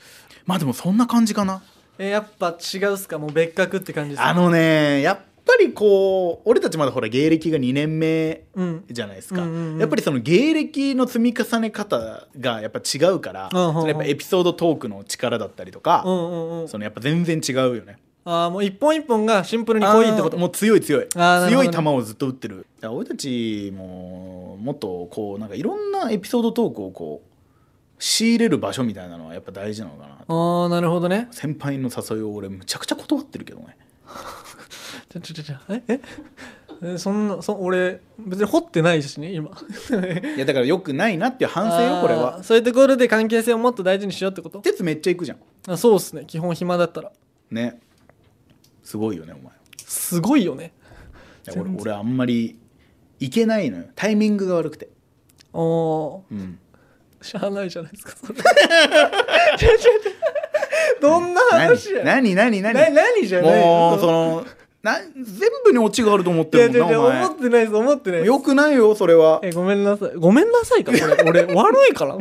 Speaker 2: まあでもそんな感じかな
Speaker 1: えーやっぱ違うっすかもう別格って感じですか
Speaker 2: あのねやっぱりこう俺たちまだほら芸歴が2年目
Speaker 1: うん
Speaker 2: じゃないですか、
Speaker 1: うんうんうん
Speaker 2: やっぱりその芸歴の積み重ね方がやっぱ違うから、
Speaker 1: うんうんうん
Speaker 2: そのやっぱエピソードトークの力だったりとか、
Speaker 1: うんうんうん
Speaker 2: そのやっぱ全然違うよね
Speaker 1: ああもう一本一本がシンプルに濃いってこと
Speaker 2: もう強い強い
Speaker 1: あーなるほ
Speaker 2: 強
Speaker 1: ど
Speaker 2: い
Speaker 1: ね
Speaker 2: 球をずっと打ってるだから俺たちももっとこうなんかいろんなエピソードトークをこう仕入れる場所みたいなのはやっぱ大事なのかな
Speaker 1: ああなるほどね
Speaker 2: 先輩の誘いを俺むちゃくちゃ断ってるけどね
Speaker 1: ちょちょちょちょええ えそんなそ俺別に掘ってないしね 今
Speaker 2: いやだからよくないなっていう反省よこれ
Speaker 1: あ
Speaker 2: は
Speaker 1: ーそういうところで関係性をもっと大事にしようってこと
Speaker 2: 鉄めっちゃ行くじゃん
Speaker 1: あそうっすね基本暇だったら
Speaker 2: ねすごいよねお前
Speaker 1: すごいよね
Speaker 2: いや俺
Speaker 1: 全然
Speaker 2: 俺あんまり行けないのよタイミングが悪くて、
Speaker 1: おー
Speaker 2: うん、
Speaker 1: しゃあないじゃないですかそれ ちょちょちょどんな話や
Speaker 2: 何何何
Speaker 1: な
Speaker 2: 何
Speaker 1: 何じゃない
Speaker 2: もうそ
Speaker 1: の
Speaker 2: のな全部にオチがあると思っ
Speaker 1: い
Speaker 2: て
Speaker 1: や
Speaker 2: る
Speaker 1: いやいや
Speaker 2: もんな
Speaker 1: 思ってないです思ってな
Speaker 2: お
Speaker 1: いで
Speaker 2: 前
Speaker 1: す
Speaker 2: よくないよそれは
Speaker 1: えごめんなさいごめんなさいかこれ俺悪いから
Speaker 2: よ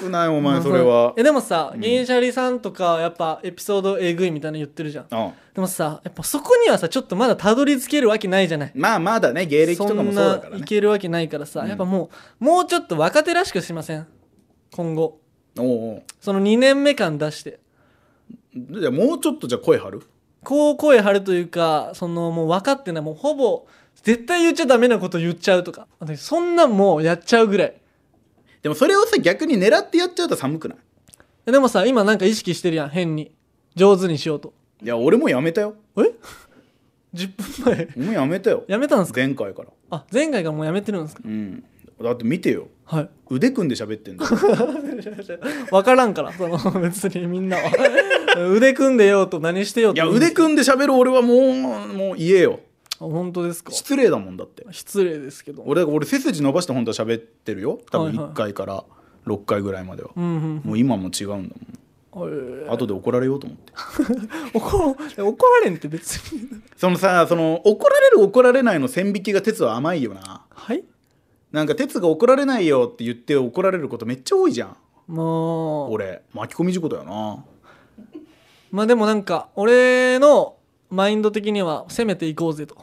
Speaker 2: くないお前それは
Speaker 1: えでもさ銀シャリさんとかやっぱエピソードえぐいみたいなの言ってるじゃん
Speaker 2: うん
Speaker 1: でもさやっぱそこにはさちょっとまだたどり着けるわけないじゃない
Speaker 2: まあまだね芸歴と
Speaker 1: そ
Speaker 2: かもそ
Speaker 1: ん
Speaker 2: うだ
Speaker 1: な
Speaker 2: から
Speaker 1: い
Speaker 2: ね
Speaker 1: けるわけないからさ、
Speaker 2: うん
Speaker 1: やっぱもうもうちょっと若手らしくしません今後
Speaker 2: おうおう
Speaker 1: その2年目間出して
Speaker 2: じゃあもうちょっとじゃあ声張る
Speaker 1: こう声張るというかそのもう分かってないもうほぼ絶対言っちゃダメなこと言っちゃうとか私そんなんもうやっちゃうぐらい
Speaker 2: でもそれをさ逆に狙ってやっちゃうと寒くない
Speaker 1: でもさ今なんか意識してるやん変に上手にしようと
Speaker 2: いや俺もやめたよ
Speaker 1: え10分前
Speaker 2: もうやめたよ
Speaker 1: やめたんですか
Speaker 2: 前回から
Speaker 1: あ前回からもうやめてるんですか
Speaker 2: うんだって見てよ
Speaker 1: はい
Speaker 2: 腕組んで喋ってんだよ
Speaker 1: 分からんからその別にみんなは 腕組んでようと何してよう
Speaker 2: い
Speaker 1: と
Speaker 2: や腕組んで喋る俺はもうもう言えよ
Speaker 1: あ本当ですか
Speaker 2: 失礼だもんだって
Speaker 1: 失礼ですけど
Speaker 2: 俺だから俺背筋伸ばして本当は喋ってるよ多分
Speaker 1: はいはい
Speaker 2: 1回から6回ぐらいまでは、
Speaker 1: うん
Speaker 2: もう今も違うんだ
Speaker 1: うん
Speaker 2: も
Speaker 1: え
Speaker 2: ん後で怒られようと思って
Speaker 1: ー怒ら怒られんって別に
Speaker 2: そのさその怒られる怒られないの線引きが鉄は甘いよな
Speaker 1: はい
Speaker 2: なんか鉄が怒られないよって言って怒られることめっちゃ多いじゃん
Speaker 1: もう
Speaker 2: 俺巻き込み事故だよな
Speaker 1: まあでもなんか俺のマインド的には攻めていこうぜと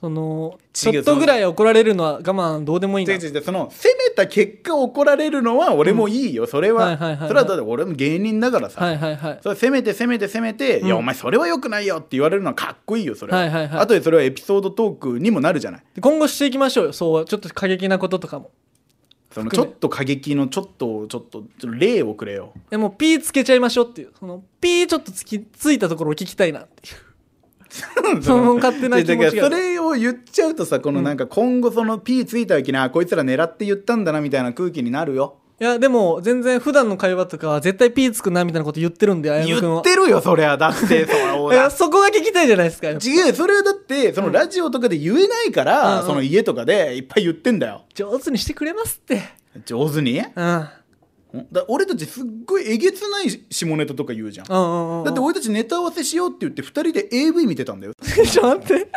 Speaker 1: そのち
Speaker 2: 違
Speaker 1: ょ
Speaker 2: う
Speaker 1: っとぐらい怒られるのは我慢どうでもいいな
Speaker 2: 違う違う違うその攻めた結果怒られるのは俺もいいよ、それは,、
Speaker 1: はいはいはいはい
Speaker 2: それはだって俺も芸人だからさ、
Speaker 1: はいはいはい
Speaker 2: それ攻めて攻めて攻めて、
Speaker 1: うん
Speaker 2: いやお前それはよくないよって言われるのはかっこいいよそれは,、
Speaker 1: はいはいはい
Speaker 2: あとでそれはエピソードトークにもなるじゃない
Speaker 1: で今後していきましょうよそうちょっと過激なこととかも
Speaker 2: そのち
Speaker 1: 含
Speaker 2: ょ
Speaker 1: め
Speaker 2: っと過激のちょっとちょっとちょっと例をくれよ
Speaker 1: でもうピーつけちゃいましょうっていうそのピーちょっとつきついたところを聞きたいなっていう その勝手な
Speaker 2: で
Speaker 1: 気
Speaker 2: だ
Speaker 1: 持
Speaker 2: か
Speaker 1: ち
Speaker 2: らそ
Speaker 1: が
Speaker 2: れを言っちゃうとさこのなんか今後その P ついた時に、あこいつら狙って言ったんだなみたいな空気になるよ
Speaker 1: いやでも全然普段の会話とかは絶対ピーつくなみたいなこと言ってるんであや
Speaker 2: 言
Speaker 1: むくん
Speaker 2: っ
Speaker 1: は
Speaker 2: てるよそりゃだってそりゃ
Speaker 1: いやそこが聞きたいじゃないですかやっぱ
Speaker 2: 違うよそれはだってそのラジオとかで言えないから、
Speaker 1: うん
Speaker 2: その家とかでいっぱい言ってんだよ
Speaker 1: 上手にしてくれますって
Speaker 2: 上手に
Speaker 1: うん
Speaker 2: だ俺たちすっごいえげつない下ネタとか言うじゃん、
Speaker 1: うんうんうんうん
Speaker 2: だって俺たちネタ合わせしようって言って2人で AV 見てたんだよ 違
Speaker 1: ちょっと待って。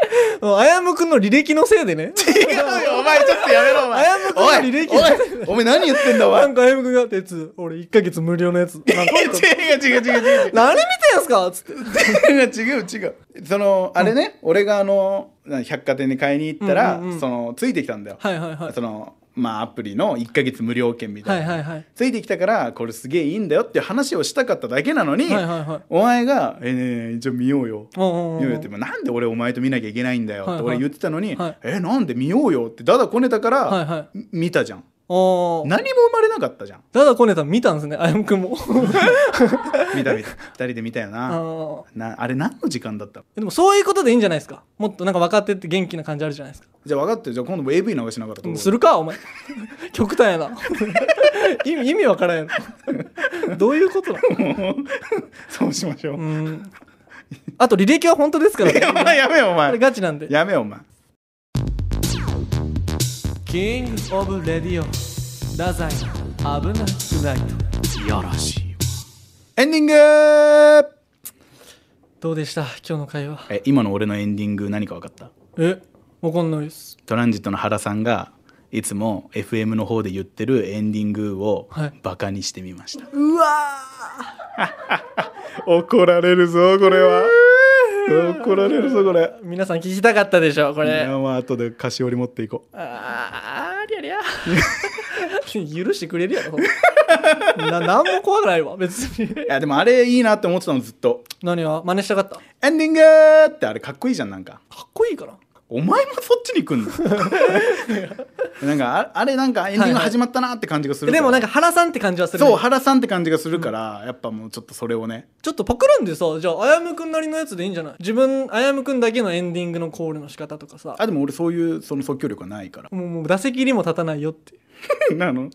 Speaker 1: もうあやむくんの履歴のせいで ね。
Speaker 2: うよお前ちょっとやめ ろお
Speaker 1: あやむくんの履歴
Speaker 2: おいお前何言ってんだお
Speaker 1: な
Speaker 2: 前
Speaker 1: んかあやむくんが、鉄、俺1ヶ月無料のやつ。なんか
Speaker 2: 違う違う違う違う違 う
Speaker 1: 何見てんすかつって。
Speaker 2: 違う 違う違うそのあれね、俺があのな百貨店に買いに行った
Speaker 1: う
Speaker 2: ら、
Speaker 1: んうんうん
Speaker 2: そのついてきたんだよ、
Speaker 1: はいはいはい
Speaker 2: そ。のまあアプリの1ヶ月無料券みた
Speaker 1: はいい
Speaker 2: な、
Speaker 1: はいはい。
Speaker 2: ついてきたからこれすげえいいんだよっていう話をしたかっただけなのに、
Speaker 1: はいはいはい
Speaker 2: お前が「えー、ねえねえじゃあ見ようよ」
Speaker 1: おうおうおう
Speaker 2: 見ようよって「まあなんで俺お前と見なきゃいけないんだよ」っ
Speaker 1: はい
Speaker 2: て
Speaker 1: はい
Speaker 2: 俺言ってたのに「
Speaker 1: はい
Speaker 2: えなんで見ようよ」ってだだこねたから、
Speaker 1: はいは
Speaker 2: み見たじゃん
Speaker 1: おー。
Speaker 2: 何も生まれなかったじゃん
Speaker 1: ただこねたん見たんですね、あやむくん も。
Speaker 2: 見た見 た二人で見たよ
Speaker 1: あ
Speaker 2: な
Speaker 1: ー
Speaker 2: なあれ何の時間だったの
Speaker 1: でもそういうことでいいんじゃないですか。もっとなんか若手って元気な感じあるじゃないですか。
Speaker 2: じゃあ分かってるじゃあ今度も AV 流しながら撮ろう
Speaker 1: するか、お前。 極端やな。意味意味わからんやろ。 どういうことなの
Speaker 2: そうしましょう、
Speaker 1: うーん。あと履歴は本当ですから
Speaker 2: いやお
Speaker 1: ね。
Speaker 2: 前やめよお
Speaker 1: あれ
Speaker 2: 前
Speaker 1: ガチなんで。
Speaker 2: やめよお前
Speaker 1: キングオブレディオ太宰危なくないと
Speaker 2: いやらしいエンディング
Speaker 1: どうでした今日の会話
Speaker 2: え今の俺のエンディング何か分かった
Speaker 1: えわかんないです
Speaker 2: トランジットの原さんがいつも FM の方で言ってるエンディングを
Speaker 1: はい
Speaker 2: バカにしてみました、
Speaker 1: うわ
Speaker 2: 怒られるぞこれは怒られるぞこれ
Speaker 1: 皆さん聞きたかったでしょこ
Speaker 2: い
Speaker 1: れ
Speaker 2: やまあ後で菓子折り持っていこう
Speaker 1: あーりゃりゃ許してくれるやろな何も怖くないわ別に
Speaker 2: いやでもあれいいなって思ってたのずっと
Speaker 1: 何が真似したかったか
Speaker 2: エンディングってあれかっこいいじゃんなんか
Speaker 1: っこいいかな
Speaker 2: お前もそっちに来んの なんかああれなんかエンディング始まったなって感じがする
Speaker 1: でもなん
Speaker 2: か
Speaker 1: か原さんって感じはす
Speaker 2: ら
Speaker 1: るね
Speaker 2: そう原さんって感じがするから、やっぱもうちょっとそれをね
Speaker 1: ちょっとパクるんでさじゃああやむくんなりのやつでいいんじゃない自分あやむくんだけのエンディングのコールの仕方とかさ
Speaker 2: あでも俺そういうその即興力はないから
Speaker 1: もうもう打席にも立たないよって
Speaker 2: なの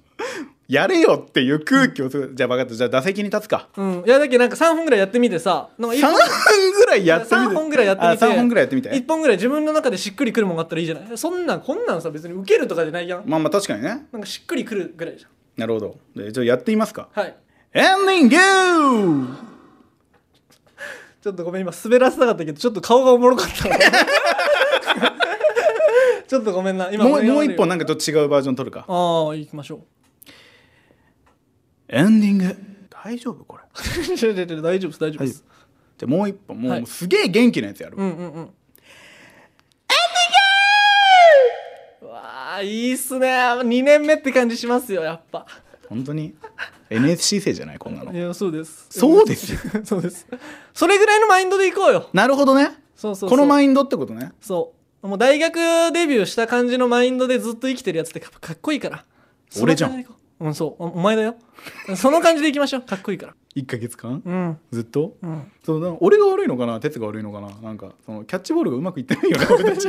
Speaker 2: やれよっていう空気をする、じゃあ分かったじゃあ打席に立つか
Speaker 1: うん、いやだけどなんか3本ぐらいやってみてさなんか
Speaker 2: 3
Speaker 1: 一本
Speaker 2: 本ぐらいやってみ
Speaker 1: 3
Speaker 2: て
Speaker 1: 本ぐらいやってみて
Speaker 2: あ3本ぐらいやってみて
Speaker 1: 1本ぐらい自分の中でしっくりくるもんがあったらいいじゃないそんなんこんなんさ別にウケるとかじゃないやん
Speaker 2: まあまあ確かにね
Speaker 1: なんかしっくりくるぐらいじゃ
Speaker 2: なるほどでじゃあやってみますか
Speaker 1: んはい
Speaker 2: エンディング
Speaker 1: ちょっとごめん今滑らせたかったけどちょっと顔がおもろかった わちょっとごめんな今
Speaker 2: もうもう
Speaker 1: 一
Speaker 2: 一本なんかちょっと違うバージョン取るか
Speaker 1: ああ行きましょう
Speaker 2: エンディング大丈夫これ
Speaker 1: いやいやいや大丈夫です大丈夫です、
Speaker 2: じゃあもう一本も
Speaker 1: は
Speaker 2: う
Speaker 1: い
Speaker 2: すげえ元気なやつやる、
Speaker 1: うんうんうんエンディングわあいいっすね2年目って感じしますよやっぱ
Speaker 2: 本当に NSC 生じゃないこん なの
Speaker 1: いやそうです
Speaker 2: そうですよ
Speaker 1: そうですそれぐらいのマインドでいこうよ
Speaker 2: なるほどね
Speaker 1: そうそうそう
Speaker 2: このマインドってことね
Speaker 1: そうもう大学デビューした感じのマインドでずっと生きてるやつってかかっこいいから
Speaker 2: 俺じゃん
Speaker 1: その感うんそうおお前だよその感じでいきましょうかっこいいから
Speaker 2: 1ヶ月間
Speaker 1: うん
Speaker 2: ずっと
Speaker 1: うん
Speaker 2: そのな俺が悪いのかな哲が悪いのかななんかそのキャッチボールがうまくいってないよ ね俺たち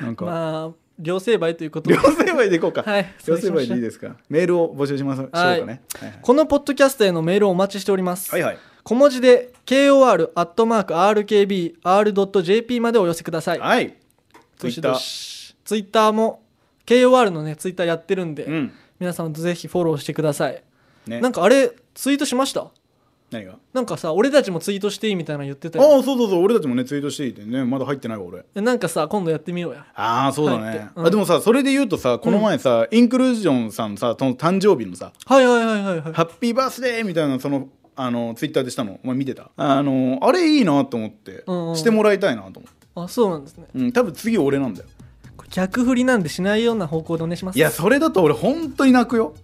Speaker 2: なんか、
Speaker 1: まあ両成敗ということで
Speaker 2: 両成敗でいこうか、
Speaker 1: はい
Speaker 2: 両成敗でいいですかメールを募集しましょうか
Speaker 1: はい
Speaker 2: ね、はい
Speaker 1: このポッドキャストへのメールをお待ちしております、
Speaker 2: はいはい
Speaker 1: 小文字で kor.rkbr.jp までお寄せください、
Speaker 2: はいツイ
Speaker 1: どし
Speaker 2: ッタ
Speaker 1: ど
Speaker 2: ー
Speaker 1: しツイッターも KOR のねツイッターやってるんで、
Speaker 2: うん
Speaker 1: 皆さんぜひフォローしてください、
Speaker 2: ね
Speaker 1: なんかあれツイートしました
Speaker 2: 何があ
Speaker 1: なんかさ俺たちもツイートしていいみたいなの言って
Speaker 2: あ
Speaker 1: たよ
Speaker 2: ーそうそうそう俺たちもねツイートしていてねまだ入ってないわ俺
Speaker 1: えなんかさ今度やってみようや
Speaker 2: ああそうだ
Speaker 1: 入っ
Speaker 2: ね
Speaker 1: て、うん
Speaker 2: あでもさそれで言うとさこの前さ、インクルージョンさんさその誕生日のさ
Speaker 1: はいはいはいはいはい
Speaker 2: ハッピーバースデーみたいなそのあのツイッターでしたのお前見てたあのあれいいなと思って、
Speaker 1: うんうん
Speaker 2: してもらいたいなと思って、
Speaker 1: あそうなんですね
Speaker 2: うん、多分次俺なんだよ
Speaker 1: これ逆振りなんでしないような方向でお願いします
Speaker 2: いやそれだと俺本当に泣く よ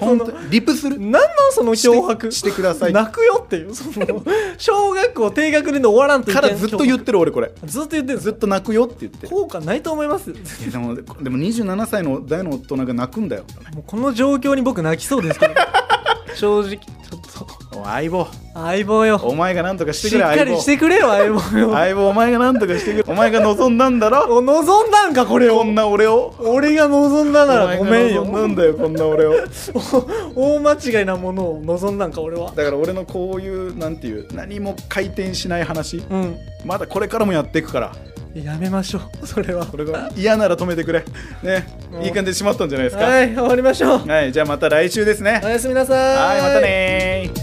Speaker 2: 本当リプ する
Speaker 1: なんなんその脅迫
Speaker 2: してしてください
Speaker 1: 泣くよっていうその小学校低学年で終わらんといけ
Speaker 2: か
Speaker 1: ん
Speaker 2: らずっと言ってる俺これ
Speaker 1: ずっと言ってるんです
Speaker 2: ずっと泣くよって言ってい
Speaker 1: 効果ないと思います
Speaker 2: やでもでも27歳の大の大人が泣くんだよ
Speaker 1: もうこの状況に僕泣きそうです けど正直ちょっと
Speaker 2: おい相棒
Speaker 1: 相棒よ
Speaker 2: お前がなんとかして
Speaker 1: し
Speaker 2: く
Speaker 1: っ
Speaker 2: れ
Speaker 1: か
Speaker 2: 相
Speaker 1: り
Speaker 2: 棒
Speaker 1: してくれよ相棒よ
Speaker 2: 相棒お前がなんとかしてくれお前が望んだんだろ
Speaker 1: お望んだんかこれ
Speaker 2: こ
Speaker 1: を
Speaker 2: んな俺を
Speaker 1: 俺が望んだならごめんよ
Speaker 2: お前が望んだんだよこんな俺を
Speaker 1: お大間違いなものを望んだんか俺は
Speaker 2: だから俺のこういうなんていう何も回転しない話
Speaker 1: うん
Speaker 2: まだこれからもやっていくから
Speaker 1: やめましょうそれは
Speaker 2: これが嫌なら止めてくれね
Speaker 1: うん
Speaker 2: いい感じでしまったんじゃないですか
Speaker 1: はい終わりましょう
Speaker 2: はい、じゃあまた来週ですね
Speaker 1: おやすみなさーい
Speaker 2: はいまたねー